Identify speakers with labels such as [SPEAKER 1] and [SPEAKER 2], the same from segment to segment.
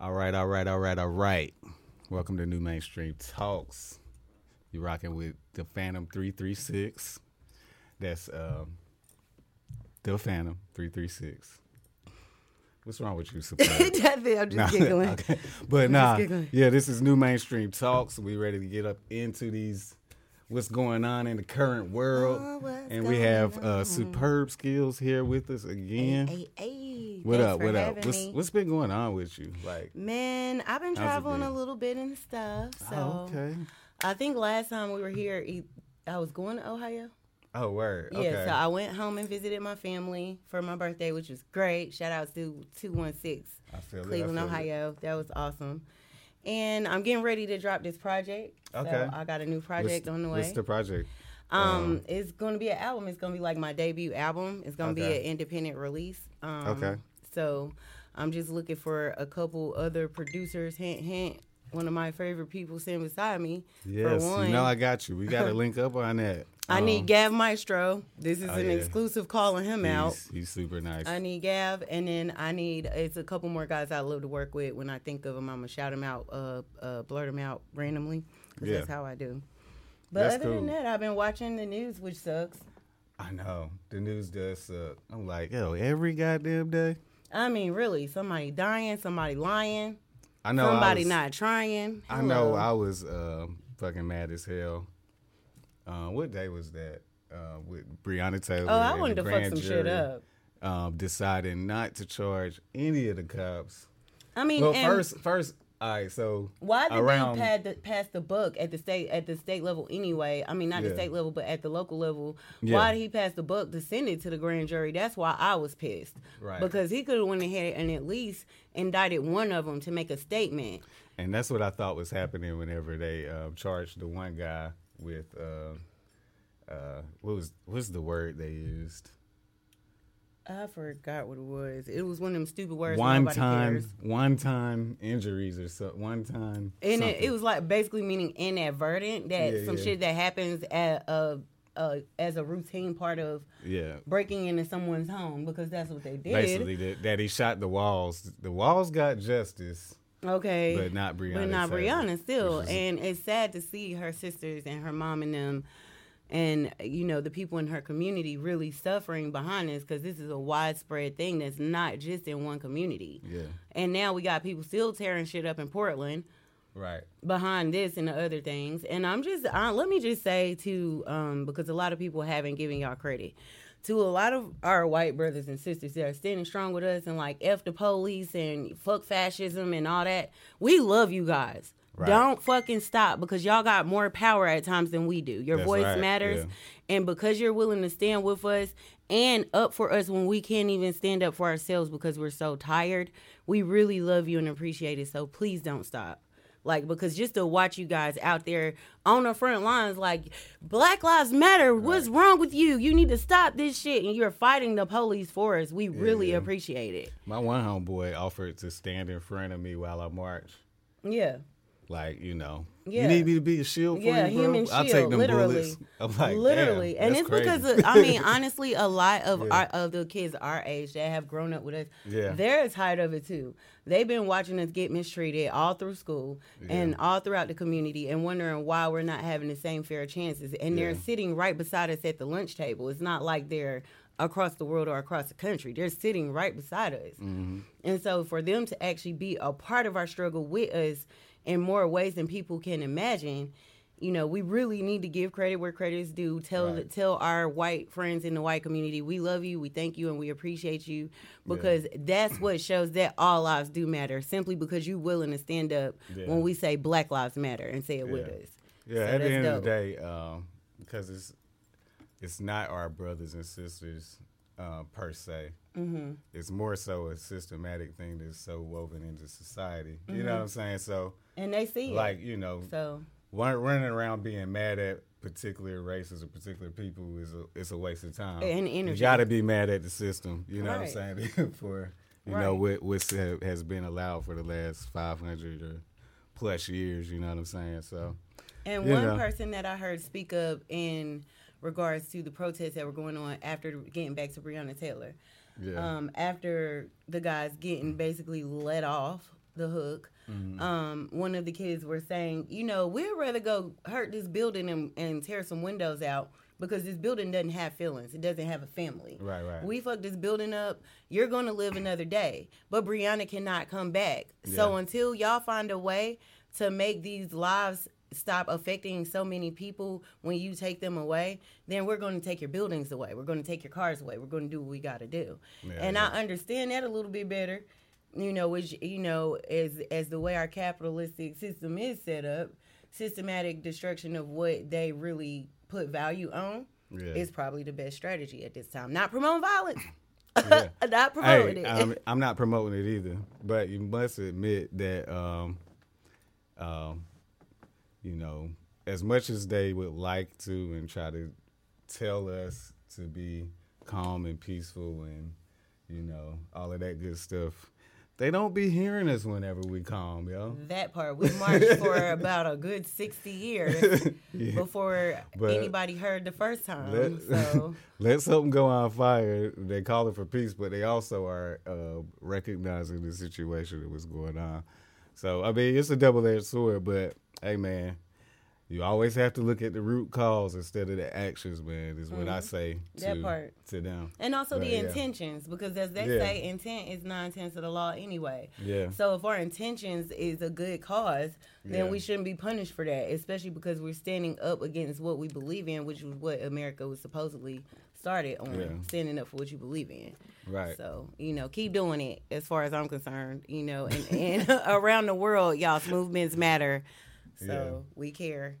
[SPEAKER 1] All right, all right, all right, all right. Welcome to New Mainstream Talks. You're rocking with the Phantom 336. That's um, the Phantom 336. What's wrong with you, Surprise?
[SPEAKER 2] That thing, I'm just
[SPEAKER 1] Nah,
[SPEAKER 2] giggling.
[SPEAKER 1] okay. But nah,
[SPEAKER 2] giggling.
[SPEAKER 1] yeah, this is New Mainstream Talks. We ready to get up into these what's going on in the current world.
[SPEAKER 2] Oh, what's
[SPEAKER 1] and we
[SPEAKER 2] going
[SPEAKER 1] have uh, superb skills here with us again.
[SPEAKER 2] Hey, hey,
[SPEAKER 1] What
[SPEAKER 2] thanks
[SPEAKER 1] up?
[SPEAKER 2] for
[SPEAKER 1] What up?
[SPEAKER 2] having
[SPEAKER 1] What's,
[SPEAKER 2] me.
[SPEAKER 1] what's been going on with you? Like,
[SPEAKER 2] Man, I've been
[SPEAKER 1] How's it
[SPEAKER 2] traveling a
[SPEAKER 1] been?
[SPEAKER 2] little bit and stuff. So
[SPEAKER 1] oh, okay.
[SPEAKER 2] I think last time we were here, e- I was going to Ohio.
[SPEAKER 1] Oh, word.
[SPEAKER 2] Yeah,
[SPEAKER 1] okay.
[SPEAKER 2] so I went home and visited my family for my birthday, which was great. Shout out to 216
[SPEAKER 1] I feel it, I
[SPEAKER 2] Cleveland,
[SPEAKER 1] feel it.
[SPEAKER 2] Ohio. That was awesome. And I'm getting ready to drop this project.
[SPEAKER 1] Okay.
[SPEAKER 2] So I got a new
[SPEAKER 1] What's-
[SPEAKER 2] project on the way.
[SPEAKER 1] What's the project?
[SPEAKER 2] Um, it's gonna be an album. It's gonna be like my debut album. It's gonna be
[SPEAKER 1] Okay.
[SPEAKER 2] an independent release. Um,
[SPEAKER 1] Okay.
[SPEAKER 2] So I'm just looking for a couple other producers. Hint, hint. One of my favorite people sitting beside me.
[SPEAKER 1] Yes,
[SPEAKER 2] For one,
[SPEAKER 1] you know I got you. We got to link up on that.
[SPEAKER 2] I need Gav Maestro. This is
[SPEAKER 1] oh,
[SPEAKER 2] an
[SPEAKER 1] yeah.
[SPEAKER 2] exclusive calling him out.
[SPEAKER 1] He's, he's super nice.
[SPEAKER 2] I need Gav, and then I need it's a couple more guys I love to work with. When I think of them, I'm gonna shout them out, uh, uh, blurt them out randomly, 'cause
[SPEAKER 1] Yeah.
[SPEAKER 2] that's how I do. But
[SPEAKER 1] That's
[SPEAKER 2] other than
[SPEAKER 1] cool.
[SPEAKER 2] that, I've been watching the news, which sucks.
[SPEAKER 1] I know the news does suck. I'm like, yo, every goddamn day.
[SPEAKER 2] I mean, really, somebody dying, somebody lying,
[SPEAKER 1] I know. I
[SPEAKER 2] somebody
[SPEAKER 1] was-
[SPEAKER 2] not trying.
[SPEAKER 1] I know.
[SPEAKER 2] Hello.
[SPEAKER 1] I was um fucking mad as hell. Uh, what day was that? Uh, with Breonna Taylor.
[SPEAKER 2] oh, I
[SPEAKER 1] and
[SPEAKER 2] wanted
[SPEAKER 1] the
[SPEAKER 2] to fuck
[SPEAKER 1] grand
[SPEAKER 2] some shit
[SPEAKER 1] jury,
[SPEAKER 2] up.
[SPEAKER 1] Um, deciding not to charge any of the cops.
[SPEAKER 2] I mean,
[SPEAKER 1] Well,
[SPEAKER 2] and
[SPEAKER 1] first, first, all right. So
[SPEAKER 2] why did
[SPEAKER 1] around,
[SPEAKER 2] they pad the, pass the buck at the state at the state level anyway? I mean, not
[SPEAKER 1] Yeah.
[SPEAKER 2] the state level, but at the local level.
[SPEAKER 1] Yeah.
[SPEAKER 2] Why did he pass the buck to send it to the grand jury? That's why I was pissed.
[SPEAKER 1] Right.
[SPEAKER 2] Because he could have went ahead and at least indicted one of them to make a statement.
[SPEAKER 1] And that's what I thought was happening whenever they um, charged the one guy with uh, uh, what was what's the word they used?
[SPEAKER 2] I forgot what it was. It was one of them stupid words. that
[SPEAKER 1] One
[SPEAKER 2] nobody
[SPEAKER 1] time,
[SPEAKER 2] cares.
[SPEAKER 1] one time injuries or so. One time.
[SPEAKER 2] And it,
[SPEAKER 1] something.
[SPEAKER 2] it was like basically meaning inadvertent that
[SPEAKER 1] Yeah,
[SPEAKER 2] some
[SPEAKER 1] yeah.
[SPEAKER 2] shit that happens at a, uh, as a routine part of
[SPEAKER 1] yeah.
[SPEAKER 2] breaking into someone's home because that's what they did.
[SPEAKER 1] Basically, that, that he shot the walls. The walls got justice,
[SPEAKER 2] okay,
[SPEAKER 1] but not Breonna.
[SPEAKER 2] but not
[SPEAKER 1] Taylor.
[SPEAKER 2] Brianna still.
[SPEAKER 1] Which is-
[SPEAKER 2] and it's sad to see her sisters and her mom and them, and you know the people in her community really suffering behind this because this is a widespread thing that's not just in one community.
[SPEAKER 1] Yeah.
[SPEAKER 2] And now we got people still tearing shit up in Portland.
[SPEAKER 1] Right.
[SPEAKER 2] behind this and the other things. And I'm just uh, let me just say to um, because a lot of people haven't given y'all credit to a lot of our white brothers and sisters that are standing strong with us and like f the police and fuck fascism and all that. We love you guys.
[SPEAKER 1] Right.
[SPEAKER 2] Don't fucking stop because y'all got more power at times than we do. Your
[SPEAKER 1] That's
[SPEAKER 2] voice
[SPEAKER 1] right,
[SPEAKER 2] matters. And because you're willing to stand with us and up for us when we can't even stand up for ourselves because we're so tired, we really love you and appreciate it. So please don't stop. Like, because just to watch you guys out there on the front lines, like, Black Lives Matter, what's wrong with you? You need to stop this shit. And you're fighting the police for us. We really appreciate it.
[SPEAKER 1] My one homeboy offered to stand in front of me while I march.
[SPEAKER 2] Yeah.
[SPEAKER 1] Like you know,
[SPEAKER 2] Yeah.
[SPEAKER 1] you need me to be a shield for
[SPEAKER 2] Yeah,
[SPEAKER 1] you, bro.
[SPEAKER 2] human shield.
[SPEAKER 1] I'll take them
[SPEAKER 2] literally,
[SPEAKER 1] bullets. I'm like, damn,
[SPEAKER 2] literally, and
[SPEAKER 1] that's
[SPEAKER 2] it's
[SPEAKER 1] crazy.
[SPEAKER 2] because of, I mean, honestly, a lot of our of the kids our age that have grown up with us,
[SPEAKER 1] Yeah.
[SPEAKER 2] they're tired of it too. They've been watching us get mistreated all through school and all throughout the community, and wondering why we're not having the same fair chances. And they're sitting right beside us at the lunch table. It's not like they're across the world or across the country. They're sitting right beside us.
[SPEAKER 1] Mm-hmm.
[SPEAKER 2] And so for them to actually be a part of our struggle with us in more ways than people can imagine, you know, we really need to give credit where credit is due. Tell
[SPEAKER 1] Right.
[SPEAKER 2] tell our white friends in the white community, we love you, we thank you, and we appreciate you because that's what shows that all lives do matter. Simply because you're willing to stand up
[SPEAKER 1] Yeah.
[SPEAKER 2] when we say Black Lives Matter and say it with
[SPEAKER 1] Yeah.
[SPEAKER 2] us.
[SPEAKER 1] Yeah,
[SPEAKER 2] So
[SPEAKER 1] at the
[SPEAKER 2] that's
[SPEAKER 1] end of
[SPEAKER 2] dope.
[SPEAKER 1] the day, um, because it's it's not our brothers and sisters uh, per se. Mm-hmm. It's more so a systematic thing that's so woven into society. You know what I'm saying? So,
[SPEAKER 2] And they see
[SPEAKER 1] like,
[SPEAKER 2] it.
[SPEAKER 1] you know,
[SPEAKER 2] Mm-hmm. So
[SPEAKER 1] run, running around being mad at particular races or particular people is a, it's a waste of time.
[SPEAKER 2] And
[SPEAKER 1] You
[SPEAKER 2] energy.
[SPEAKER 1] got to be mad at the system. You know what I'm
[SPEAKER 2] Right.
[SPEAKER 1] saying? for you know what what's ha- has been allowed for the last 500 or plus years. You know what I'm saying? So.
[SPEAKER 2] And
[SPEAKER 1] You
[SPEAKER 2] one
[SPEAKER 1] know.
[SPEAKER 2] person that I heard speak up in regards to the protests that were going on after getting back to Breonna Taylor,
[SPEAKER 1] Yeah.
[SPEAKER 2] um, after the guys getting basically let off the hook.
[SPEAKER 1] Mm-hmm.
[SPEAKER 2] Um, one of the kids were saying, you know, we'd rather go hurt this building and, and tear some windows out because this building doesn't have feelings. It doesn't have a family.
[SPEAKER 1] Right, right.
[SPEAKER 2] We fucked this building up. You're gonna live another day, but Brianna cannot come back. So
[SPEAKER 1] Yeah.
[SPEAKER 2] until y'all find a way to make these lives stop affecting so many people when you take them away, then we're going to take your buildings away. We're going to take your cars away. We're going to do what we got to do.
[SPEAKER 1] Yeah,
[SPEAKER 2] and
[SPEAKER 1] yeah.
[SPEAKER 2] I understand that a little bit better, you know, which you know as as the way our capitalistic system is set up, systematic destruction of what they really put value on
[SPEAKER 1] Yeah.
[SPEAKER 2] is probably the best strategy at this time. Not promoting violence. Uh,
[SPEAKER 1] Yeah.
[SPEAKER 2] Not promoting
[SPEAKER 1] Hey, um,
[SPEAKER 2] it.
[SPEAKER 1] I'm, I'm not promoting it either, but you must admit that, um, um, you know, as much as they would like to and try to tell us to be calm and peaceful and, you know, all of that good stuff, they don't be hearing us whenever we calm, yo.
[SPEAKER 2] That part. We marched for about a good 60 years before
[SPEAKER 1] But
[SPEAKER 2] anybody heard the first time.
[SPEAKER 1] Let,
[SPEAKER 2] Um, so,
[SPEAKER 1] let something go on fire. They call it for peace, but they also are uh, recognizing the situation that was going on. So I mean, it's a double edged sword. But hey, man, you always have to look at the root cause instead of the actions. Man, is what I say to
[SPEAKER 2] Mm-hmm. That part.
[SPEAKER 1] to them.
[SPEAKER 2] and also
[SPEAKER 1] But,
[SPEAKER 2] the
[SPEAKER 1] yeah.
[SPEAKER 2] intentions, because as they
[SPEAKER 1] Yeah.
[SPEAKER 2] say, intent is nine tenths of the law anyway.
[SPEAKER 1] Yeah.
[SPEAKER 2] So, if our intentions is a good cause, then
[SPEAKER 1] Yeah.
[SPEAKER 2] we shouldn't be punished for that, especially because we're standing up against what we believe in, which was what America was supposedly started on
[SPEAKER 1] Yeah.
[SPEAKER 2] standing up for what you believe in.
[SPEAKER 1] Right.
[SPEAKER 2] So, you know, keep doing it as far as I'm concerned, you know, and, and around the world, y'all's movements matter. So we care.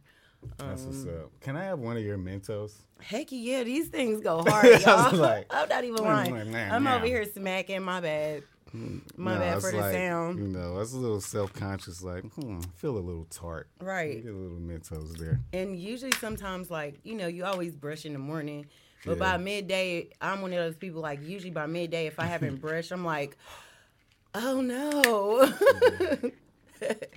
[SPEAKER 1] That's what's
[SPEAKER 2] um,
[SPEAKER 1] up. Can I have one of your Mentos?
[SPEAKER 2] Heck yeah, these things go hard, y'all.
[SPEAKER 1] like-
[SPEAKER 2] I'm not even
[SPEAKER 1] like,
[SPEAKER 2] lying.
[SPEAKER 1] nah,
[SPEAKER 2] I'm
[SPEAKER 1] nah.
[SPEAKER 2] over here smacking my bad. My
[SPEAKER 1] No,
[SPEAKER 2] bad
[SPEAKER 1] it's
[SPEAKER 2] for the
[SPEAKER 1] like, mm,
[SPEAKER 2] sound.
[SPEAKER 1] You know, that's a little self conscious. Like, hmm, I feel a little tart.
[SPEAKER 2] Right.
[SPEAKER 1] Get a little Mentos there.
[SPEAKER 2] And usually, sometimes, like, you know, you always brush in the morning. But
[SPEAKER 1] Yeah.
[SPEAKER 2] by midday, I'm one of those people, like, usually by midday, if I haven't brushed, I'm like, oh no.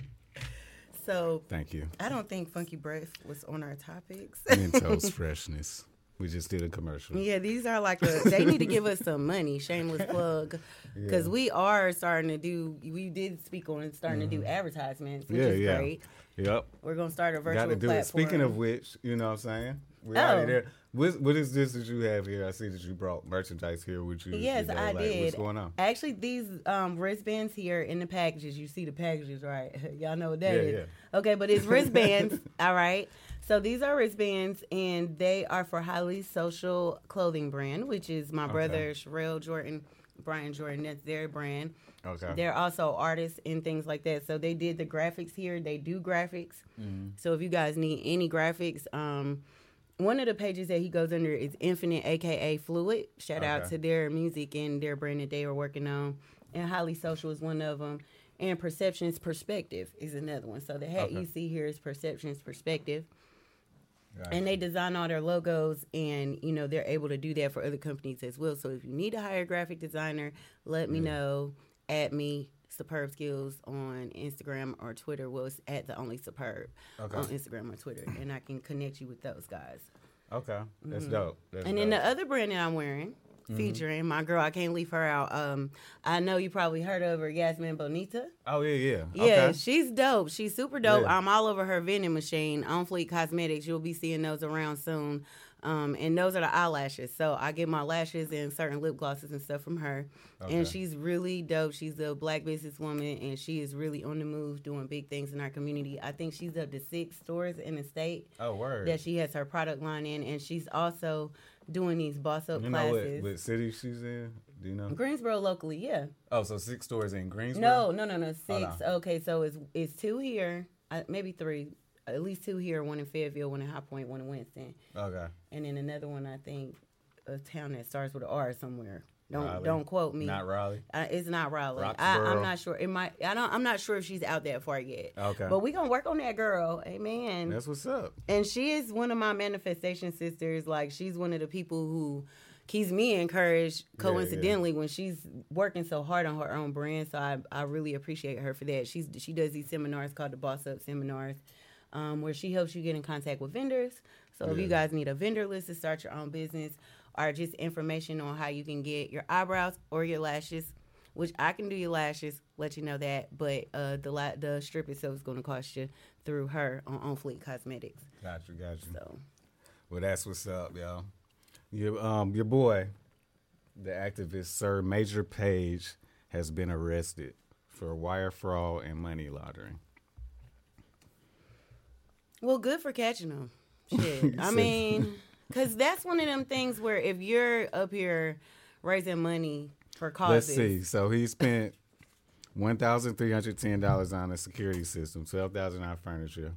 [SPEAKER 2] so
[SPEAKER 1] Thank you.
[SPEAKER 2] I don't think Funky Breath was on our topics.
[SPEAKER 1] Mentos freshness. We just did a commercial.
[SPEAKER 2] yeah, these are like a, they need to give us some money. Shameless plug, because we are starting to do. We did speak on starting to do advertisements, which
[SPEAKER 1] Mm-hmm. yeah,
[SPEAKER 2] is
[SPEAKER 1] yeah.
[SPEAKER 2] great.
[SPEAKER 1] Yep.
[SPEAKER 2] We're gonna start a virtual
[SPEAKER 1] Got to do
[SPEAKER 2] platform.
[SPEAKER 1] it. Speaking of which, you know what I'm saying? We're
[SPEAKER 2] Oh.
[SPEAKER 1] already there. What, what is this that you have here? I see that you brought merchandise here with you.
[SPEAKER 2] yes,
[SPEAKER 1] today.
[SPEAKER 2] I
[SPEAKER 1] Like,
[SPEAKER 2] did.
[SPEAKER 1] What's going on?
[SPEAKER 2] Actually, these um, wristbands here in the packages. You see the packages, right? Y'all know what that
[SPEAKER 1] Yeah,
[SPEAKER 2] is. Okay, but it's wristbands. all right. So these are wristbands, and they are for Highly Social clothing brand, which is my brother Sherelle Jordan, Brian Jordan. That's their brand.
[SPEAKER 1] Okay.
[SPEAKER 2] They're also artists and things like that. So they did the graphics here. They do graphics.
[SPEAKER 1] Mm-hmm.
[SPEAKER 2] So if you guys need any graphics, um, one of the pages that he goes under is Infinite, aka Fluid. Shout out
[SPEAKER 1] Okay.
[SPEAKER 2] to their music and their brand that they are working on. And Highly Social is one of them. And Perceptions Perspective is another one. So the hat
[SPEAKER 1] Okay.
[SPEAKER 2] you see here is Perceptions Perspective
[SPEAKER 1] Gotcha.
[SPEAKER 2] and they design all their logos and you know they're able to do that for other companies as well so if you need a hire a graphic designer let me know at me superb skills on instagram or twitter well it's at the only superb
[SPEAKER 1] Okay.
[SPEAKER 2] on instagram or twitter and i can connect you with those guys
[SPEAKER 1] okay. That's dope. That's
[SPEAKER 2] Mm-hmm.
[SPEAKER 1] dope. Mm-hmm.
[SPEAKER 2] and then the other brand that i'm wearing featuring my girl i can't leave her out um i know you probably heard of her yasmin bonita
[SPEAKER 1] oh, yeah, yeah.
[SPEAKER 2] yeah,
[SPEAKER 1] Okay.
[SPEAKER 2] she's dope. She's super dope.
[SPEAKER 1] Yeah.
[SPEAKER 2] I'm all over her vending machine on Fleet Cosmetics. You'll be seeing those around soon. Um, and those are the eyelashes. So I get my lashes and certain lip glosses and stuff from her. And
[SPEAKER 1] Okay.
[SPEAKER 2] she's really dope. She's a black businesswoman and she is really on the move doing big things in our community. I think she's up to six stores in the state
[SPEAKER 1] Oh, word.
[SPEAKER 2] that she has her product line in. And she's also doing these boss up
[SPEAKER 1] you know what,
[SPEAKER 2] classes.
[SPEAKER 1] what city she's in? Do you know?
[SPEAKER 2] Greensboro locally, yeah.
[SPEAKER 1] Oh, so six stores in Greensboro?
[SPEAKER 2] No, no, no, no. Six.
[SPEAKER 1] Oh,
[SPEAKER 2] Okay, so it's it's two here, uh, maybe three, at least two here. One in Fayetteville, one in High Point, one in Winston,
[SPEAKER 1] Okay.
[SPEAKER 2] and then another one I think a town that starts with an R somewhere. Don't
[SPEAKER 1] Raleigh?
[SPEAKER 2] don't quote me.
[SPEAKER 1] Not Raleigh?
[SPEAKER 2] Uh, it's not Raleigh. I, I'm
[SPEAKER 1] Roxborough?
[SPEAKER 2] not sure. It might. I don't. I'm not sure if she's out that far yet.
[SPEAKER 1] Okay.
[SPEAKER 2] But we gonna work on that girl. Amen
[SPEAKER 1] That's what's up.
[SPEAKER 2] and she is one of my manifestation sisters like she's one of the people who keeps me encouraged
[SPEAKER 1] Yeah, yeah.
[SPEAKER 2] coincidentally when she's working so hard on her own brand so I, I really appreciate her for that she's she does these seminars called the boss up seminars um, where she helps you get in contact with vendors so if you
[SPEAKER 1] Yeah.
[SPEAKER 2] guys need a vendor list to start your own business or just information on how you can get your eyebrows or your lashes which I can do your lashes, let you know that. But uh, the la- the strip itself is going to cost you through her on On Fleet Cosmetics.
[SPEAKER 1] Gotcha, gotcha.
[SPEAKER 2] So
[SPEAKER 1] Well, that's what's up, y'all. Your um your boy, the activist Sir Major Page, has been arrested for wire fraud and money laundering.
[SPEAKER 2] Well, good for catching them. Shit. I mean, because that's one of them things where if you're up here raising money for
[SPEAKER 1] Let's
[SPEAKER 2] causes,
[SPEAKER 1] see. So he spent one thousand three hundred ten dollars on a security system, twelve thousand on furniture,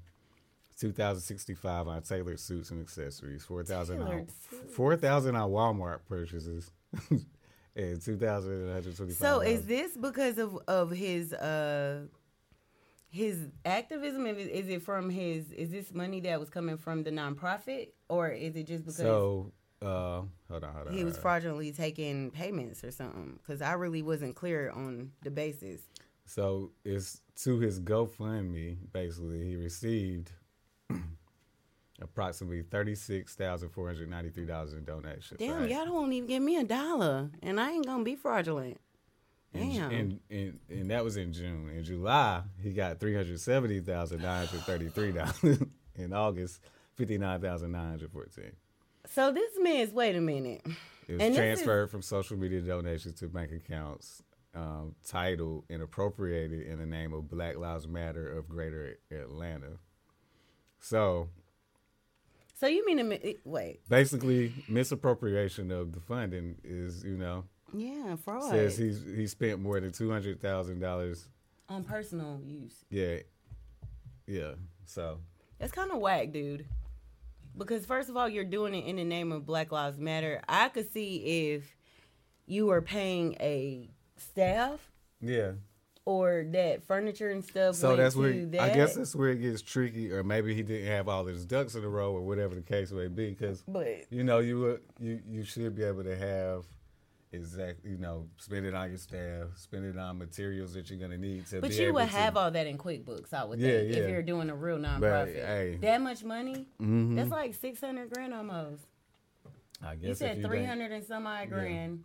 [SPEAKER 1] two thousand sixty five on tailored suits and accessories, four thousand on
[SPEAKER 2] Tailored
[SPEAKER 1] four thousand on Walmart purchases, and two thousand one hundred twenty five.
[SPEAKER 2] So is this because of of his uh his activism? Is it- Is it from his? Is this money that was coming from the nonprofit, or is it just because
[SPEAKER 1] so? Uh, hold on, hold on.
[SPEAKER 2] he was
[SPEAKER 1] hold on.
[SPEAKER 2] fraudulently taking payments or something? Because I really wasn't clear on the basis.
[SPEAKER 1] So it's to his GoFundMe. Basically, he received approximately thirty six thousand four hundred ninety three dollars in donations.
[SPEAKER 2] Damn,
[SPEAKER 1] right?
[SPEAKER 2] y'all don't even give me a dollar, and I ain't gonna be fraudulent.
[SPEAKER 1] In Ju-
[SPEAKER 2] Damn.
[SPEAKER 1] And, and and that was in June. In July, he got three hundred seventy thousand nine hundred thirty three dollars. in August, fifty nine thousand nine hundred fourteen.
[SPEAKER 2] so this man's wait a minute.
[SPEAKER 1] It was
[SPEAKER 2] And this is-
[SPEAKER 1] transferred from social media donations to bank accounts. Um, titled and appropriated in the name of Black Lives Matter of Greater Atlanta. So
[SPEAKER 2] So you mean a mi- wait?
[SPEAKER 1] basically misappropriation of the funding is you know
[SPEAKER 2] Yeah, fraud
[SPEAKER 1] says he's he spent more than two hundred thousand dollars.
[SPEAKER 2] on personal use.
[SPEAKER 1] Yeah, yeah. So
[SPEAKER 2] That's kind of whack, dude. Because first of all, you're doing it in the name of Black Lives Matter. I could see if you were paying a staff
[SPEAKER 1] yeah.
[SPEAKER 2] or that furniture and stuff.
[SPEAKER 1] So
[SPEAKER 2] went
[SPEAKER 1] that's where
[SPEAKER 2] to
[SPEAKER 1] I
[SPEAKER 2] that.
[SPEAKER 1] guess that's where it gets tricky, or maybe he didn't have all his ducks in a row, or whatever the case may be. Because
[SPEAKER 2] But
[SPEAKER 1] you know you would- you you should be able to have exact you know spend it on your staff, spend it on materials that you're gonna need to.
[SPEAKER 2] but
[SPEAKER 1] be
[SPEAKER 2] you
[SPEAKER 1] able
[SPEAKER 2] would
[SPEAKER 1] to-
[SPEAKER 2] have all that in QuickBooks, I would
[SPEAKER 1] Yeah,
[SPEAKER 2] think,
[SPEAKER 1] yeah.
[SPEAKER 2] if you're doing a real nonprofit.
[SPEAKER 1] hey. Mm-hmm.
[SPEAKER 2] That much money? That's like six hundred grand almost.
[SPEAKER 1] I
[SPEAKER 2] You
[SPEAKER 1] guess if
[SPEAKER 2] said
[SPEAKER 1] you
[SPEAKER 2] three
[SPEAKER 1] didn't-
[SPEAKER 2] hundred and some odd grand.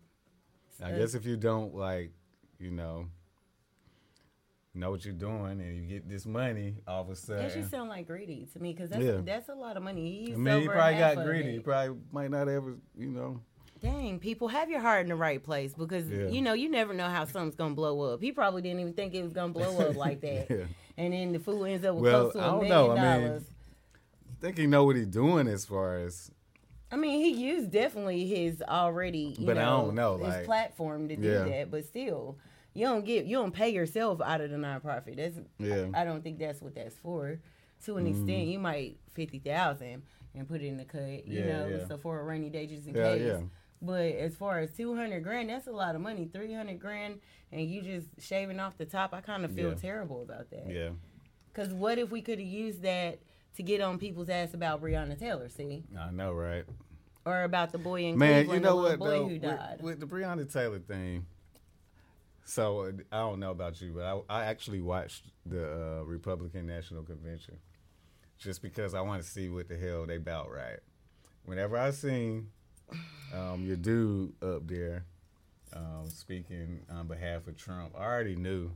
[SPEAKER 1] I guess if you don't like, you know, know what you're doing and you get this money, all of a
[SPEAKER 2] That
[SPEAKER 1] sudden,
[SPEAKER 2] just sound like greedy to me, because that's
[SPEAKER 1] Yeah.
[SPEAKER 2] that's a lot of money. He's
[SPEAKER 1] I mean, he
[SPEAKER 2] over
[SPEAKER 1] probably
[SPEAKER 2] half
[SPEAKER 1] got
[SPEAKER 2] of
[SPEAKER 1] greedy.
[SPEAKER 2] it.
[SPEAKER 1] He probably might not ever, you know.
[SPEAKER 2] Dang, people, have your heart in the right place because
[SPEAKER 1] Yeah.
[SPEAKER 2] you know you never know how something's gonna blow up. He probably didn't even think it was gonna blow up like that,
[SPEAKER 1] Yeah.
[SPEAKER 2] and then the food ends up with
[SPEAKER 1] Well,
[SPEAKER 2] close to
[SPEAKER 1] I
[SPEAKER 2] a
[SPEAKER 1] don't
[SPEAKER 2] million
[SPEAKER 1] know. I mean-
[SPEAKER 2] dollars.
[SPEAKER 1] think he know what he's doing as far as
[SPEAKER 2] I mean, he used definitely his already, you
[SPEAKER 1] But I
[SPEAKER 2] know,
[SPEAKER 1] don't know,
[SPEAKER 2] his
[SPEAKER 1] like-
[SPEAKER 2] platform to do
[SPEAKER 1] Yeah.
[SPEAKER 2] that. But still, you don't get, you don't pay yourself out of the nonprofit. That's,
[SPEAKER 1] Yeah. Mm-hmm.
[SPEAKER 2] I, I don't think that's what that's for. To an extent, you might fifty thousand and put it in the cut, you
[SPEAKER 1] Yeah,
[SPEAKER 2] know,
[SPEAKER 1] yeah.
[SPEAKER 2] so for a rainy day just in
[SPEAKER 1] Yeah,
[SPEAKER 2] case.
[SPEAKER 1] yeah.
[SPEAKER 2] But as far as two hundred grand, that's a lot of money. Three hundred grand, and you just shaving off the top. I kind of feel
[SPEAKER 1] Yeah.
[SPEAKER 2] terrible about that.
[SPEAKER 1] yeah.
[SPEAKER 2] Cause what if we could have used that to get on people's ass about Breonna Taylor? See
[SPEAKER 1] I know, right?
[SPEAKER 2] or about the boy in
[SPEAKER 1] Man,
[SPEAKER 2] Cleveland,
[SPEAKER 1] you know
[SPEAKER 2] the
[SPEAKER 1] what
[SPEAKER 2] little boy
[SPEAKER 1] though?
[SPEAKER 2] who
[SPEAKER 1] With,
[SPEAKER 2] died.
[SPEAKER 1] with the Breonna Taylor thing. So uh, I don't know about you, but I, I actually watched the uh, Republican National Convention just because I want to see what the hell they bout right. Whenever I seen um, your dude up there um, speaking on behalf of Trump, I already knew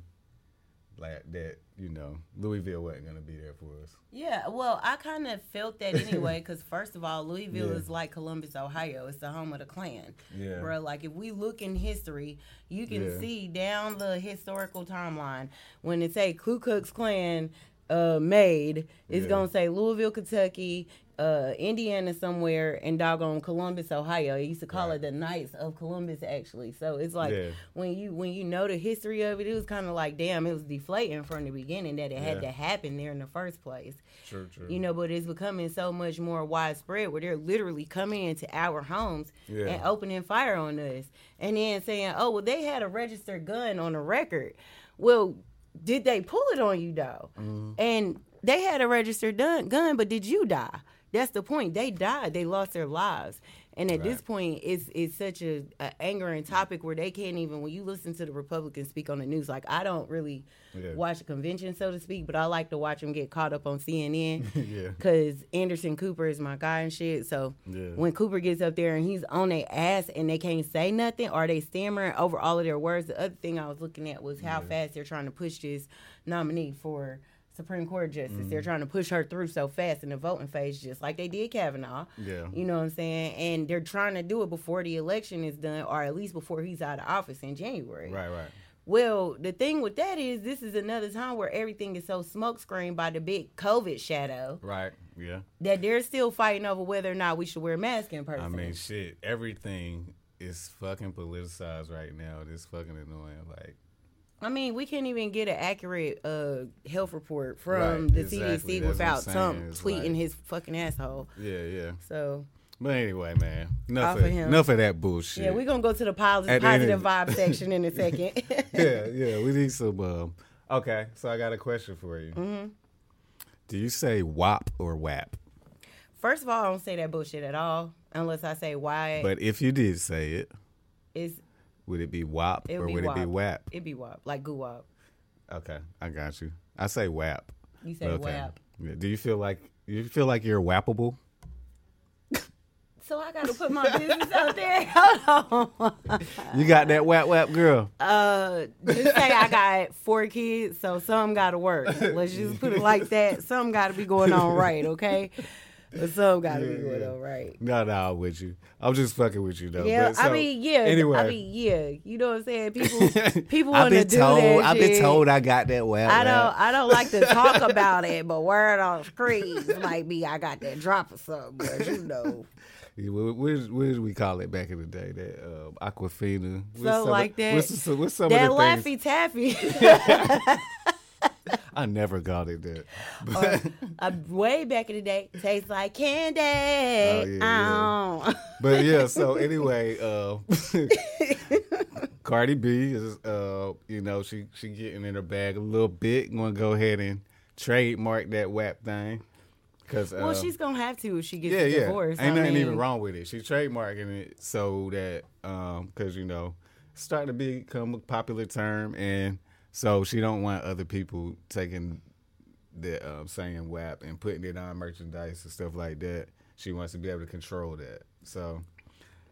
[SPEAKER 1] like that you know Louisville wasn't gonna be there for us.
[SPEAKER 2] yeah, well, I kind of felt that anyway, because first of all, Louisville
[SPEAKER 1] Yeah.
[SPEAKER 2] is like Columbus, Ohio. It's the home of the Klan.
[SPEAKER 1] Yeah.
[SPEAKER 2] Bro, like if we look in history, you can
[SPEAKER 1] Yeah.
[SPEAKER 2] see down the historical timeline when it say Ku Klux Klan uh, made, it's
[SPEAKER 1] Yeah.
[SPEAKER 2] going to say Louisville, Kentucky, uh, Indiana somewhere, and doggone Columbus, Ohio. They used to call
[SPEAKER 1] Right.
[SPEAKER 2] it the Knights of Columbus, actually. So it's like
[SPEAKER 1] Yeah.
[SPEAKER 2] when you when you know the history of it, it was kind of like, damn, it was deflating from the beginning that it had
[SPEAKER 1] Yeah.
[SPEAKER 2] to happen there in the first place.
[SPEAKER 1] True, true.
[SPEAKER 2] You know, but it's becoming so much more widespread where they're literally coming into our homes
[SPEAKER 1] Yeah.
[SPEAKER 2] and opening fire on us and then saying, oh, well, they had a registered gun on the record. Well, did they pull it on you, though?
[SPEAKER 1] Mm-hmm.
[SPEAKER 2] And they had a registered dun- gun, but did you die? That's the point. They died, they lost their lives. And at this
[SPEAKER 1] Right.
[SPEAKER 2] point, it's it's such a, a angering topic where they can't even. When you listen to the Republicans speak on the news, like I don't really
[SPEAKER 1] Yeah.
[SPEAKER 2] watch the convention, so to speak, but I like to watch them get caught up on CNN.
[SPEAKER 1] Yeah.
[SPEAKER 2] Cause Anderson Cooper is my guy and shit. So
[SPEAKER 1] Yeah.
[SPEAKER 2] when Cooper gets up there and he's on their ass and they can't say nothing or they stammering over all of their words. The other thing I was looking at was how fast they're trying to push this nominee for Supreme Court justice. They're
[SPEAKER 1] Mm.
[SPEAKER 2] trying to push her through so fast in the voting phase, just like they did Kavanaugh.
[SPEAKER 1] Yeah.
[SPEAKER 2] You know what I'm saying? And they're trying to do it before the election is done, or at least before he's out of office in January.
[SPEAKER 1] Right, right.
[SPEAKER 2] Well, the thing with that is, this is another time where everything is so smokescreened by the big COVID shadow
[SPEAKER 1] Right. Yeah.
[SPEAKER 2] that they're still fighting over whether or not we should wear masks in person.
[SPEAKER 1] I mean, shit. Everything is fucking politicized right now. It's fucking annoying. Like,
[SPEAKER 2] I mean, we can't even get an accurate uh, health report from
[SPEAKER 1] Right,
[SPEAKER 2] the
[SPEAKER 1] exactly.
[SPEAKER 2] CDC
[SPEAKER 1] That's what I'm
[SPEAKER 2] without Trump
[SPEAKER 1] saying. It's
[SPEAKER 2] tweeting
[SPEAKER 1] like-
[SPEAKER 2] his fucking asshole.
[SPEAKER 1] yeah, yeah.
[SPEAKER 2] So
[SPEAKER 1] But anyway, man. Enough
[SPEAKER 2] Off
[SPEAKER 1] of,
[SPEAKER 2] of him.
[SPEAKER 1] enough of that bullshit.
[SPEAKER 2] yeah, we're gonna go to the positive,
[SPEAKER 1] At the end
[SPEAKER 2] positive
[SPEAKER 1] of-
[SPEAKER 2] vibe section in a second.
[SPEAKER 1] yeah, yeah. We need some. Um, okay, so I got a question for you.
[SPEAKER 2] Mm-hmm.
[SPEAKER 1] Do you say WAP or WAP?
[SPEAKER 2] First of all, I don't say that bullshit at all unless I say why.
[SPEAKER 1] But if you did say it,
[SPEAKER 2] it's
[SPEAKER 1] would it be WAP
[SPEAKER 2] It
[SPEAKER 1] or
[SPEAKER 2] would be
[SPEAKER 1] would it be WAP?
[SPEAKER 2] it be wop like goo wop.
[SPEAKER 1] Okay, I got you. I say WAP.
[SPEAKER 2] You say
[SPEAKER 1] Okay.
[SPEAKER 2] wap.
[SPEAKER 1] Yeah, Do you feel like you feel like you're WAPable?
[SPEAKER 2] So I gotta put my business out there. Hold on.
[SPEAKER 1] You got that WAP WAP girl.
[SPEAKER 2] Uh, just say I got four kids, so some gotta work. Let's just put it like that. Some gotta be going on right, okay? Some gotta be going on right.
[SPEAKER 1] No, no, I'm with you. I'm just fucking with you though.
[SPEAKER 2] Yeah,
[SPEAKER 1] But so,
[SPEAKER 2] I mean, yeah.
[SPEAKER 1] Anyway,
[SPEAKER 2] I mean, yeah. You know what I'm saying? People, people
[SPEAKER 1] I've
[SPEAKER 2] want to
[SPEAKER 1] been
[SPEAKER 2] do
[SPEAKER 1] told.
[SPEAKER 2] that.
[SPEAKER 1] I've been
[SPEAKER 2] shit.
[SPEAKER 1] told I got that WAP.
[SPEAKER 2] I don't. I don't like to talk about it, but word on the streets might be I got that drop or something. But you know,
[SPEAKER 1] Yeah, What, what, is- what did we call it back in the day? That uh, Aquafina. What's
[SPEAKER 2] So
[SPEAKER 1] some
[SPEAKER 2] like
[SPEAKER 1] of,
[SPEAKER 2] that-
[SPEAKER 1] What's, some- what's some
[SPEAKER 2] that
[SPEAKER 1] of the things?
[SPEAKER 2] Laffy Taffy.
[SPEAKER 1] I never called it that.
[SPEAKER 2] or, uh, way back in the day, tastes like candy.
[SPEAKER 1] Oh, yeah,
[SPEAKER 2] Uh-huh. Ow.
[SPEAKER 1] But yeah, so anyway, uh, Cardi B is, uh, you know, she she getting in her bag a little bit. Going to go ahead and trademark that WAP thing because uh,
[SPEAKER 2] Well, she's gonna have to if she gets
[SPEAKER 1] yeah,
[SPEAKER 2] a
[SPEAKER 1] yeah,
[SPEAKER 2] divorce.
[SPEAKER 1] ain't
[SPEAKER 2] I
[SPEAKER 1] nothing even
[SPEAKER 2] mean,
[SPEAKER 1] wrong with it. She's trademarking it so that um, because you know, it's starting to become a popular term, and so she don't want other people taking the um, saying WAP and putting it on merchandise and stuff like that. She wants to be able to control that. So,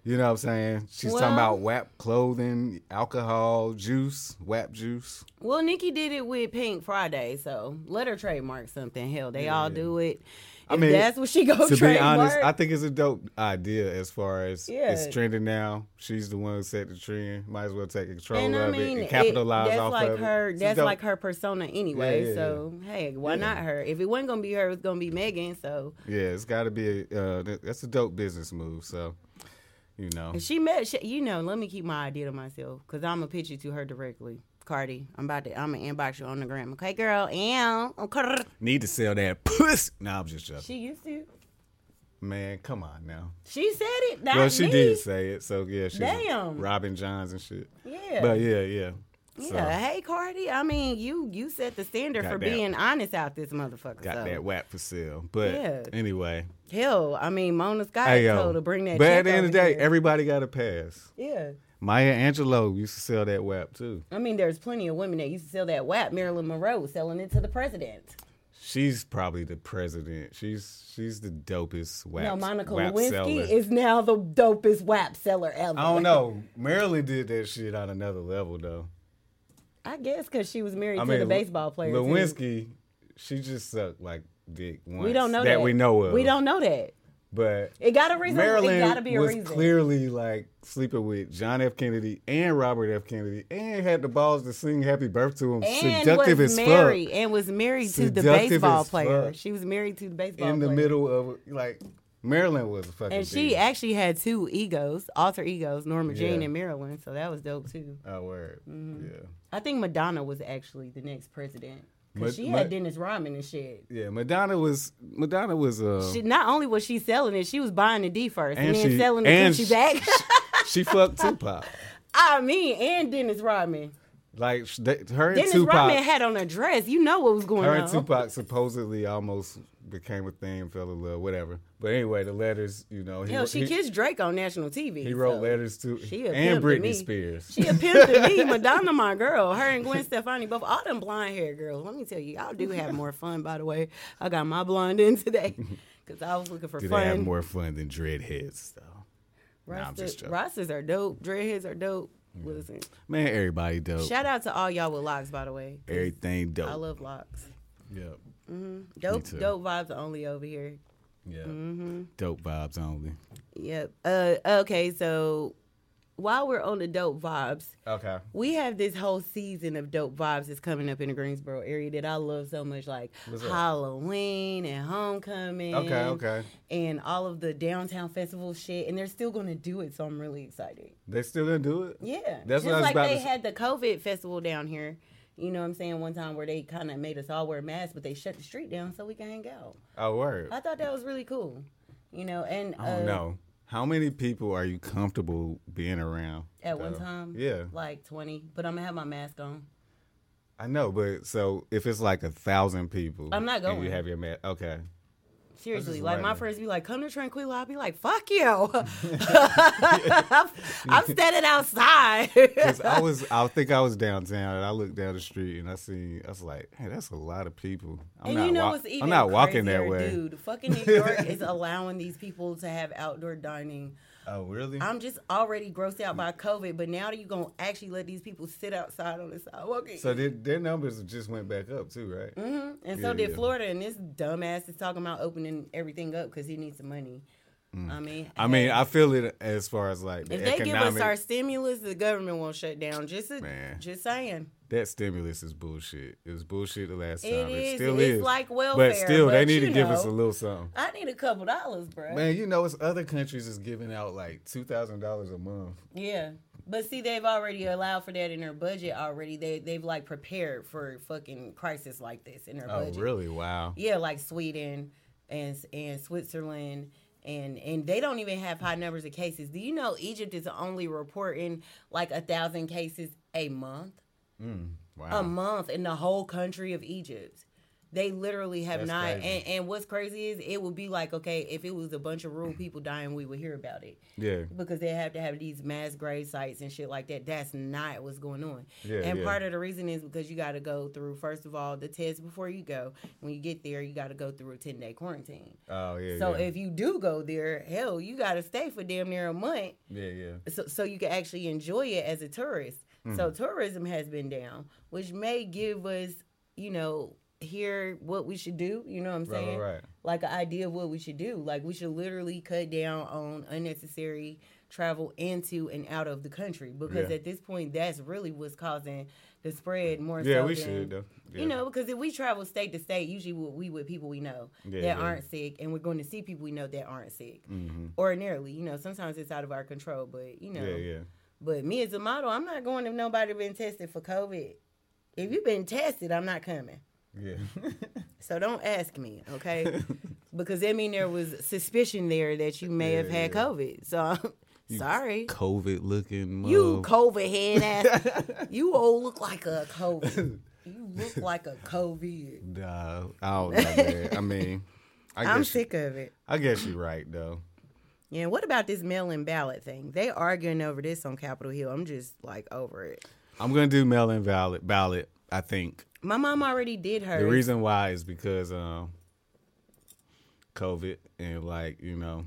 [SPEAKER 1] you know what I'm saying? She's talking
[SPEAKER 2] Well-
[SPEAKER 1] about WAP clothing, alcohol, juice, WAP juice.
[SPEAKER 2] Well, Nikki did it with Pink Friday, so let her trademark something. Hell, they all do it.
[SPEAKER 1] I
[SPEAKER 2] If
[SPEAKER 1] mean,
[SPEAKER 2] that's what she goes
[SPEAKER 1] to
[SPEAKER 2] trademark.
[SPEAKER 1] be honest, I think it's a dope idea as far as it's
[SPEAKER 2] Yeah.
[SPEAKER 1] trending now. She's the one who set the trend. Might as well take control
[SPEAKER 2] and I
[SPEAKER 1] of
[SPEAKER 2] mean,
[SPEAKER 1] it and
[SPEAKER 2] it-
[SPEAKER 1] capitalize
[SPEAKER 2] that's
[SPEAKER 1] off
[SPEAKER 2] like
[SPEAKER 1] of
[SPEAKER 2] her.
[SPEAKER 1] it. It's
[SPEAKER 2] That's
[SPEAKER 1] dope.
[SPEAKER 2] like her persona anyway.
[SPEAKER 1] Yeah, yeah,
[SPEAKER 2] so hey, why not her? If it wasn't gonna be her, it was gonna be Megan. So
[SPEAKER 1] Yeah, it's got to be. A, uh, th- that's a dope business move. So, you know,
[SPEAKER 2] if she met. She, you know, let me keep my idea to myself because I'm gonna pitch it to her directly. Cardi, I'm about to. I'm gonna inbox you on the gram. Okay, girl. And okay.
[SPEAKER 1] need to sell that puss. Nah, I'm just joking.
[SPEAKER 2] she used to.
[SPEAKER 1] Man, come on now.
[SPEAKER 2] She said it. Not
[SPEAKER 1] Well, she
[SPEAKER 2] me.
[SPEAKER 1] did say it. So yeah, she's
[SPEAKER 2] Damn.
[SPEAKER 1] Robin Johns and shit.
[SPEAKER 2] Yeah.
[SPEAKER 1] But yeah, yeah. So,
[SPEAKER 2] Yeah, hey Cardi. I mean, you you set the standard
[SPEAKER 1] Got
[SPEAKER 2] for
[SPEAKER 1] that.
[SPEAKER 2] being honest out this motherfucker.
[SPEAKER 1] Got
[SPEAKER 2] so.
[SPEAKER 1] that whack for sale. But
[SPEAKER 2] Yeah.
[SPEAKER 1] anyway,
[SPEAKER 2] Hell, I mean, Mona Scott
[SPEAKER 1] hey yo.
[SPEAKER 2] told to bring that.
[SPEAKER 1] but
[SPEAKER 2] check
[SPEAKER 1] at the end of the
[SPEAKER 2] over
[SPEAKER 1] day,
[SPEAKER 2] here.
[SPEAKER 1] everybody got a pass.
[SPEAKER 2] yeah.
[SPEAKER 1] Maya Angelou used to sell that WAP too.
[SPEAKER 2] I mean, there's plenty of women that used to sell that WAP. Marilyn Monroe was selling it to the president.
[SPEAKER 1] She's probably the president. She's she's the dopest WAP.
[SPEAKER 2] now Monica
[SPEAKER 1] WAP
[SPEAKER 2] Lewinsky
[SPEAKER 1] seller.
[SPEAKER 2] is now the dopest WAP seller ever.
[SPEAKER 1] I don't know. Marilyn did that shit on another level though.
[SPEAKER 2] I guess because she was married
[SPEAKER 1] I
[SPEAKER 2] to the baseball player. too.
[SPEAKER 1] Lewinsky, she just sucked like dick once.
[SPEAKER 2] We don't know that,
[SPEAKER 1] that we know of.
[SPEAKER 2] We don't know that.
[SPEAKER 1] But
[SPEAKER 2] It got a reason.
[SPEAKER 1] Marilyn
[SPEAKER 2] it got to be a
[SPEAKER 1] was
[SPEAKER 2] reason.
[SPEAKER 1] clearly like sleeping with John F. Kennedy and Robert F. Kennedy, and had the balls to sing "Happy Birth" to him.
[SPEAKER 2] and
[SPEAKER 1] seductive
[SPEAKER 2] was
[SPEAKER 1] as
[SPEAKER 2] married
[SPEAKER 1] fuck
[SPEAKER 2] and was married to the
[SPEAKER 1] Seductive
[SPEAKER 2] baseball
[SPEAKER 1] as
[SPEAKER 2] player.
[SPEAKER 1] fuck.
[SPEAKER 2] She was married to the baseball
[SPEAKER 1] in the
[SPEAKER 2] player.
[SPEAKER 1] middle of like Marilyn was a fucking.
[SPEAKER 2] And she
[SPEAKER 1] diva.
[SPEAKER 2] actually had two egos, alter egos, Norma Jean
[SPEAKER 1] Yeah.
[SPEAKER 2] and Marilyn. So that was dope too.
[SPEAKER 1] Oh word,
[SPEAKER 2] Mm-hmm.
[SPEAKER 1] yeah.
[SPEAKER 2] I think Madonna was actually the next president
[SPEAKER 1] Ma-
[SPEAKER 2] because she
[SPEAKER 1] Ma-
[SPEAKER 2] had Dennis Rodman and shit.
[SPEAKER 1] Yeah, Madonna was Madonna was uh
[SPEAKER 2] She, not only was she selling it, she was buying the D first and,
[SPEAKER 1] And
[SPEAKER 2] then
[SPEAKER 1] she-
[SPEAKER 2] selling the
[SPEAKER 1] and
[SPEAKER 2] Gucci
[SPEAKER 1] she-
[SPEAKER 2] back.
[SPEAKER 1] she fucked Tupac.
[SPEAKER 2] I mean, and Dennis Rodman.
[SPEAKER 1] Like sh- they, her and
[SPEAKER 2] Dennis
[SPEAKER 1] Tupac,
[SPEAKER 2] Rodman had on a dress. You know what was going
[SPEAKER 1] her
[SPEAKER 2] on.
[SPEAKER 1] and Tupac supposedly almost became a thing, fell in love, whatever. But anyway, the letters, you know, he,
[SPEAKER 2] Hell, she
[SPEAKER 1] he,
[SPEAKER 2] kissed Drake on national TV.
[SPEAKER 1] he wrote
[SPEAKER 2] so
[SPEAKER 1] letters to
[SPEAKER 2] she a
[SPEAKER 1] and
[SPEAKER 2] pimp to
[SPEAKER 1] Britney
[SPEAKER 2] me.
[SPEAKER 1] Spears.
[SPEAKER 2] She a pimp to me, Madonna, my girl. Her and Gwen Stefani, both all them blonde hair girls. Let me tell you, y'all do have more fun. By the way, I got my blonde in today because I was looking for
[SPEAKER 1] Did they have
[SPEAKER 2] fun.
[SPEAKER 1] more fun than dreadheads though? Nah, I'm just
[SPEAKER 2] Rostas,
[SPEAKER 1] joking.
[SPEAKER 2] Rostas are dope. Dreadheads are dope. Listen,
[SPEAKER 1] Man, everybody dope.
[SPEAKER 2] shout out to all y'all with locks. By the way,
[SPEAKER 1] Everything dope.
[SPEAKER 2] I love locks.
[SPEAKER 1] yep.
[SPEAKER 2] Dope,
[SPEAKER 1] too.
[SPEAKER 2] dope vibes only over here.
[SPEAKER 1] Yeah.
[SPEAKER 2] Mm-hmm.
[SPEAKER 1] Dope vibes only.
[SPEAKER 2] Yep. Uh, okay, so while we're on the dope vibes,
[SPEAKER 1] Okay.
[SPEAKER 2] we have this whole season of dope vibes that's coming up in the Greensboro area that I love so much, like
[SPEAKER 1] What's up?
[SPEAKER 2] Halloween and homecoming.
[SPEAKER 1] Okay, okay.
[SPEAKER 2] And all of the downtown festival shit, and they're still gonna do it, so I'm really excited.
[SPEAKER 1] They still didn't do it?
[SPEAKER 2] Yeah,
[SPEAKER 1] That's
[SPEAKER 2] just
[SPEAKER 1] what I was
[SPEAKER 2] like
[SPEAKER 1] about
[SPEAKER 2] they
[SPEAKER 1] to s-
[SPEAKER 2] had the COVID festival down here. You know what I'm saying? One time where they kind of made us all wear masks, but they shut the street down so we can hang out.
[SPEAKER 1] Oh word.
[SPEAKER 2] I thought that was really cool. You know, and uh,
[SPEAKER 1] I don't know. Oh, How many people are you comfortable being around?
[SPEAKER 2] At one
[SPEAKER 1] though?
[SPEAKER 2] time,
[SPEAKER 1] Yeah.
[SPEAKER 2] like twenty. But I'm gonna have my mask on.
[SPEAKER 1] I know, but so if it's like a thousand people,
[SPEAKER 2] I'm not
[SPEAKER 1] And you
[SPEAKER 2] going.
[SPEAKER 1] have your mask. Okay.
[SPEAKER 2] Seriously, like my
[SPEAKER 1] wondering.
[SPEAKER 2] friends be like, "Come to Tranquila," I'll be like, "Fuck you!" I'm, I'm standing outside.
[SPEAKER 1] 'Cause I was, I think I was downtown, and I looked down the street, and I seen, I was like, "Hey, that's a lot of people." I'm
[SPEAKER 2] and
[SPEAKER 1] not
[SPEAKER 2] you know
[SPEAKER 1] wa-
[SPEAKER 2] what's even
[SPEAKER 1] I'm not walking that
[SPEAKER 2] crazier,
[SPEAKER 1] way.
[SPEAKER 2] dude. Fucking New York is allowing these people to have outdoor dining.
[SPEAKER 1] Oh, really?
[SPEAKER 2] I'm just already grossed out by COVID, but now that you gonna actually let these people sit outside on the sidewalk, and-
[SPEAKER 1] so their, their numbers just went back up too, right?
[SPEAKER 2] and so
[SPEAKER 1] yeah,
[SPEAKER 2] did
[SPEAKER 1] yeah.
[SPEAKER 2] Florida, and this dumbass is talking about opening everything up because he needs some money. I mean,
[SPEAKER 1] Mm. I mean, I feel it as far as like the
[SPEAKER 2] if they
[SPEAKER 1] economic.
[SPEAKER 2] give us our stimulus, the government won't shut down. Just, a,
[SPEAKER 1] Man.
[SPEAKER 2] just saying.
[SPEAKER 1] that stimulus is bullshit. It was bullshit the last time.
[SPEAKER 2] It
[SPEAKER 1] It,
[SPEAKER 2] is.
[SPEAKER 1] still
[SPEAKER 2] It's
[SPEAKER 1] is.
[SPEAKER 2] like
[SPEAKER 1] but
[SPEAKER 2] welfare,
[SPEAKER 1] still, they
[SPEAKER 2] but
[SPEAKER 1] need to
[SPEAKER 2] you
[SPEAKER 1] give us a
[SPEAKER 2] know.
[SPEAKER 1] little something.
[SPEAKER 2] I need a couple dollars, bruh.
[SPEAKER 1] Man, you know, it's other countries is giving out like two thousand dollars a month.
[SPEAKER 2] Yeah, but see, they've already allowed for that in their budget already. They they've like prepared for fucking crisis like this in their
[SPEAKER 1] Oh,
[SPEAKER 2] budget.
[SPEAKER 1] really? Wow.
[SPEAKER 2] Yeah, like Sweden and and Switzerland. And, and they don't even have high numbers of cases. Do you know Egypt is only reporting like a thousand cases a month?
[SPEAKER 1] Wow.
[SPEAKER 2] a month in the whole country of Egypt. They literally have
[SPEAKER 1] That's
[SPEAKER 2] not.
[SPEAKER 1] crazy.
[SPEAKER 2] And, and what's crazy is it would be like, okay, if it was a bunch of rural people dying, we would hear about it.
[SPEAKER 1] yeah.
[SPEAKER 2] Because they have to have these mass grave sites and shit like that. That's not what's going on.
[SPEAKER 1] Yeah,
[SPEAKER 2] and
[SPEAKER 1] yeah.
[SPEAKER 2] part of the reason is because you got to go through, first of all, the test before you go. When you get there, you got to go through a 10 day quarantine.
[SPEAKER 1] Oh yeah.
[SPEAKER 2] so
[SPEAKER 1] yeah.
[SPEAKER 2] if you do go there, hell, you got to stay for damn near a month
[SPEAKER 1] yeah, yeah.
[SPEAKER 2] so, so you can actually enjoy it as a tourist. So
[SPEAKER 1] Mm-hmm.
[SPEAKER 2] tourism has been down, which may give us, you know, here what we should do. You know what I'm
[SPEAKER 1] Right, right,
[SPEAKER 2] saying?
[SPEAKER 1] right.
[SPEAKER 2] Like an idea of what we should do. Like we should literally cut down on unnecessary travel into and out of the country because
[SPEAKER 1] Yeah.
[SPEAKER 2] at this point, that's really what's causing the spread more.
[SPEAKER 1] Yeah,
[SPEAKER 2] so
[SPEAKER 1] we
[SPEAKER 2] than-
[SPEAKER 1] should though. Yeah.
[SPEAKER 2] You know, because if we travel state to state, usually we we with people we know
[SPEAKER 1] Yeah,
[SPEAKER 2] that
[SPEAKER 1] yeah. Mm-hmm.
[SPEAKER 2] aren't sick, and we're going to see people we know that aren't sick. Ordinarily, you know, sometimes it's out of our control, but you know,
[SPEAKER 1] Yeah, yeah.
[SPEAKER 2] but me as a model, I'm not going if nobody been tested for COVID. If you've been tested, I'm not coming.
[SPEAKER 1] Yeah.
[SPEAKER 2] So don't ask me, okay? because that mean there was suspicion there that you may have
[SPEAKER 1] Yeah,
[SPEAKER 2] had
[SPEAKER 1] yeah.
[SPEAKER 2] COVID. So I'm sorry.
[SPEAKER 1] COVID looking.
[SPEAKER 2] You COVID head ass. you old look like a COVID. You look like a COVID.
[SPEAKER 1] Nah, I don't know, man. I mean, I guess
[SPEAKER 2] I'm
[SPEAKER 1] you-
[SPEAKER 2] sick of it.
[SPEAKER 1] I guess you're right though.
[SPEAKER 2] Yeah, what about this mail-in ballot thing? They arguing over this on Capitol Hill. I'm just like over it.
[SPEAKER 1] I'm gonna do mail in ballot. Ballot. I think
[SPEAKER 2] My mom already did her.
[SPEAKER 1] the reason why is because um, COVID and like you know,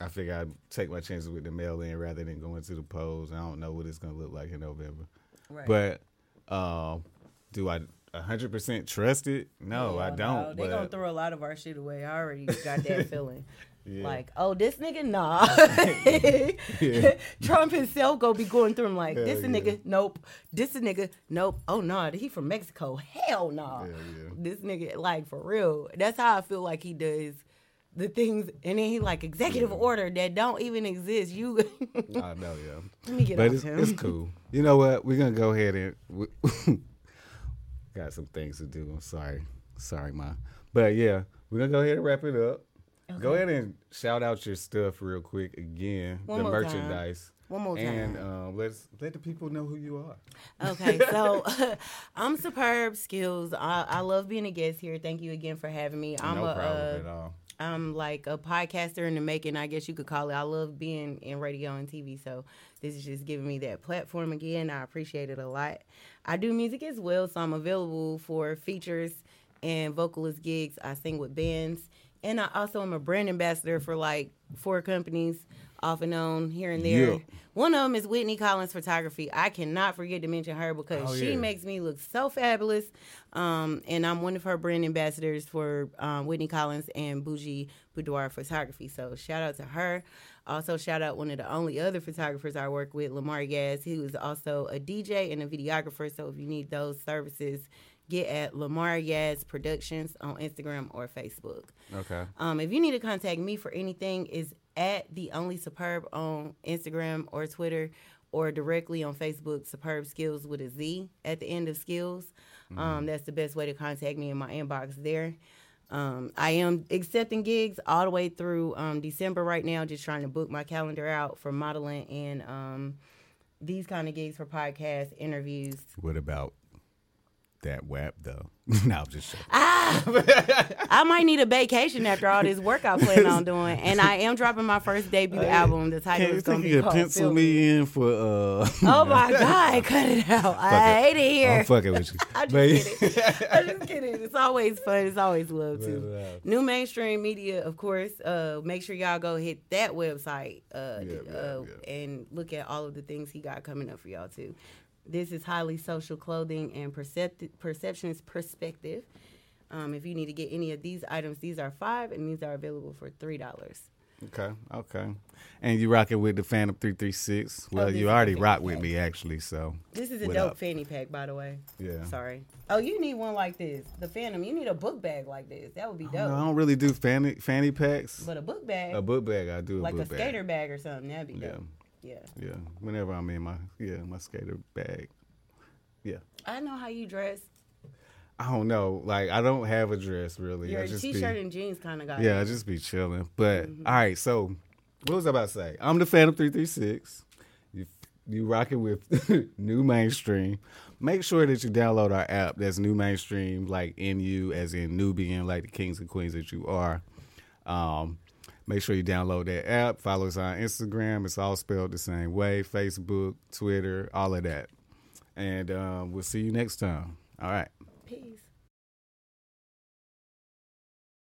[SPEAKER 1] I figure I take my chances with the mail in rather than going to the polls. I don't know what it's gonna look like in November.
[SPEAKER 2] Right.
[SPEAKER 1] But um, do I 100% trust it? No, Oh, I
[SPEAKER 2] Hell
[SPEAKER 1] don't.
[SPEAKER 2] Oh, no. They gonna
[SPEAKER 1] but-
[SPEAKER 2] throw a lot of our shit away. I already got that feeling.
[SPEAKER 1] Yeah.
[SPEAKER 2] Like, oh, this nigga, nah. Trump himself gonna be going through him like, this a
[SPEAKER 1] Hell yeah.
[SPEAKER 2] nigga, nope. This a nigga, nope. Oh nah, he from Mexico. Hell nah.
[SPEAKER 1] Hell yeah.
[SPEAKER 2] This nigga, like for real. That's how I feel like he does the things, and then he like executive order that don't even exist. You, let
[SPEAKER 1] I know, yeah.
[SPEAKER 2] me get
[SPEAKER 1] But
[SPEAKER 2] off
[SPEAKER 1] it's,
[SPEAKER 2] him.
[SPEAKER 1] it's cool. You know what? We're going to go ahead and. We, got some things to do. I'm sorry. Sorry, Ma. But yeah, we're going to go ahead and wrap it up. Go ahead and shout out your stuff real quick again.
[SPEAKER 2] One
[SPEAKER 1] the
[SPEAKER 2] more time.
[SPEAKER 1] merchandise.
[SPEAKER 2] One more time.
[SPEAKER 1] and um, let's let the people know who you are.
[SPEAKER 2] Okay, so I'm superb skills. I, I love being a guest here. Thank you again for having me. I'm
[SPEAKER 1] no
[SPEAKER 2] a,
[SPEAKER 1] problem
[SPEAKER 2] uh,
[SPEAKER 1] at all.
[SPEAKER 2] I'm like a podcaster in the making, I guess you could call it. I love being in radio and TV, so this is just giving me that platform again. I appreciate it a lot. I do music as well, so I'm available for features and vocalist gigs. I sing with bands, and I also am a brand ambassador for like four companies off and on here and there.
[SPEAKER 1] Yeah.
[SPEAKER 2] One of them is Whitney Collins Photography. I cannot forget to mention her because
[SPEAKER 1] Oh,
[SPEAKER 2] she
[SPEAKER 1] yeah.
[SPEAKER 2] makes makes me look so fabulous. Um, and I'm one of her brand ambassadors for um, Whitney Collins and Bougie Boudoir Photography. So shout out to her. Also shout out one of the only other photographers I work with, Lamar Gaz. He was also a DJ and a videographer. So if you need those services, get at Lamar Yaz Productions on Instagram or Facebook.
[SPEAKER 1] Okay.
[SPEAKER 2] Um, if you need to contact me for anything, is at the only superb on Instagram or Twitter, or directly on Facebook, Superb Skills with a Z at the end of skills. Um, that's the best way to contact me in my inbox there. Um, I am accepting gigs all the way through um, December right now, just trying to book my calendar out for modeling and um, these kind of gigs for podcasts, interviews.
[SPEAKER 1] What about that WAP though? no, I'm just joking.
[SPEAKER 2] I might need a vacation after all this work I plan on doing, and I am dropping my first debut album. The title
[SPEAKER 1] Can you
[SPEAKER 2] is going
[SPEAKER 1] think
[SPEAKER 2] to
[SPEAKER 1] you
[SPEAKER 2] be
[SPEAKER 1] could
[SPEAKER 2] called
[SPEAKER 1] pencil
[SPEAKER 2] Feel
[SPEAKER 1] me in for uh?
[SPEAKER 2] Oh my God, cut it out! I hate it here.
[SPEAKER 1] I'm fucking with you.
[SPEAKER 2] I'm
[SPEAKER 1] But-
[SPEAKER 2] just kidding. I'm just kidding. It's always fun. It's always love
[SPEAKER 1] Love,
[SPEAKER 2] too.
[SPEAKER 1] love.
[SPEAKER 2] New mainstream media, of course. Uh, make sure y'all go hit that website uh,
[SPEAKER 1] Yeah, yeah,
[SPEAKER 2] uh,
[SPEAKER 1] yeah.
[SPEAKER 2] and look at all of the things he got coming up for y'all too. This is highly social clothing and percept- perceptions perspective. Um, if you need to get any of these items, these are five, and these are available for three dollars.
[SPEAKER 1] Okay, okay. And you rocking with the Phantom 336. Well,
[SPEAKER 2] Oh, this is
[SPEAKER 1] you
[SPEAKER 2] the
[SPEAKER 1] already
[SPEAKER 2] Phantom
[SPEAKER 1] rock with
[SPEAKER 2] Pack.
[SPEAKER 1] me, actually, so.
[SPEAKER 2] This is a
[SPEAKER 1] what
[SPEAKER 2] dope
[SPEAKER 1] up?
[SPEAKER 2] fanny pack, by the way.
[SPEAKER 1] Yeah.
[SPEAKER 2] Sorry. Oh, you need one like this. The Phantom. You need a book bag like this. That would be dope.
[SPEAKER 1] No, I don't really do fanny, fanny packs.
[SPEAKER 2] But a book bag,
[SPEAKER 1] A book bag, I do a
[SPEAKER 2] like a
[SPEAKER 1] book bag.
[SPEAKER 2] skater bag or something, that'd be dope. Yeah.
[SPEAKER 1] Yeah, whenever I'm in my, yeah, my skater bag. Yeah.
[SPEAKER 2] I know how you dress.
[SPEAKER 1] I don't know. Like, I don't have a dress, really.
[SPEAKER 2] Your
[SPEAKER 1] I just
[SPEAKER 2] t-shirt
[SPEAKER 1] be,
[SPEAKER 2] and jeans kind of guy.
[SPEAKER 1] Yeah, I just be chilling. But, all right, so what was I about to say? I'm the Phantom 336. You, you rocking with New Mainstream. Make sure that you download our app that's New Mainstream, like NU, as in Nubian, like the kings and queens that you are. Um, make sure you download that app. Follow us on Instagram. It's all spelled the same way Facebook, Twitter, all of that. And um, we'll see you next time. All right.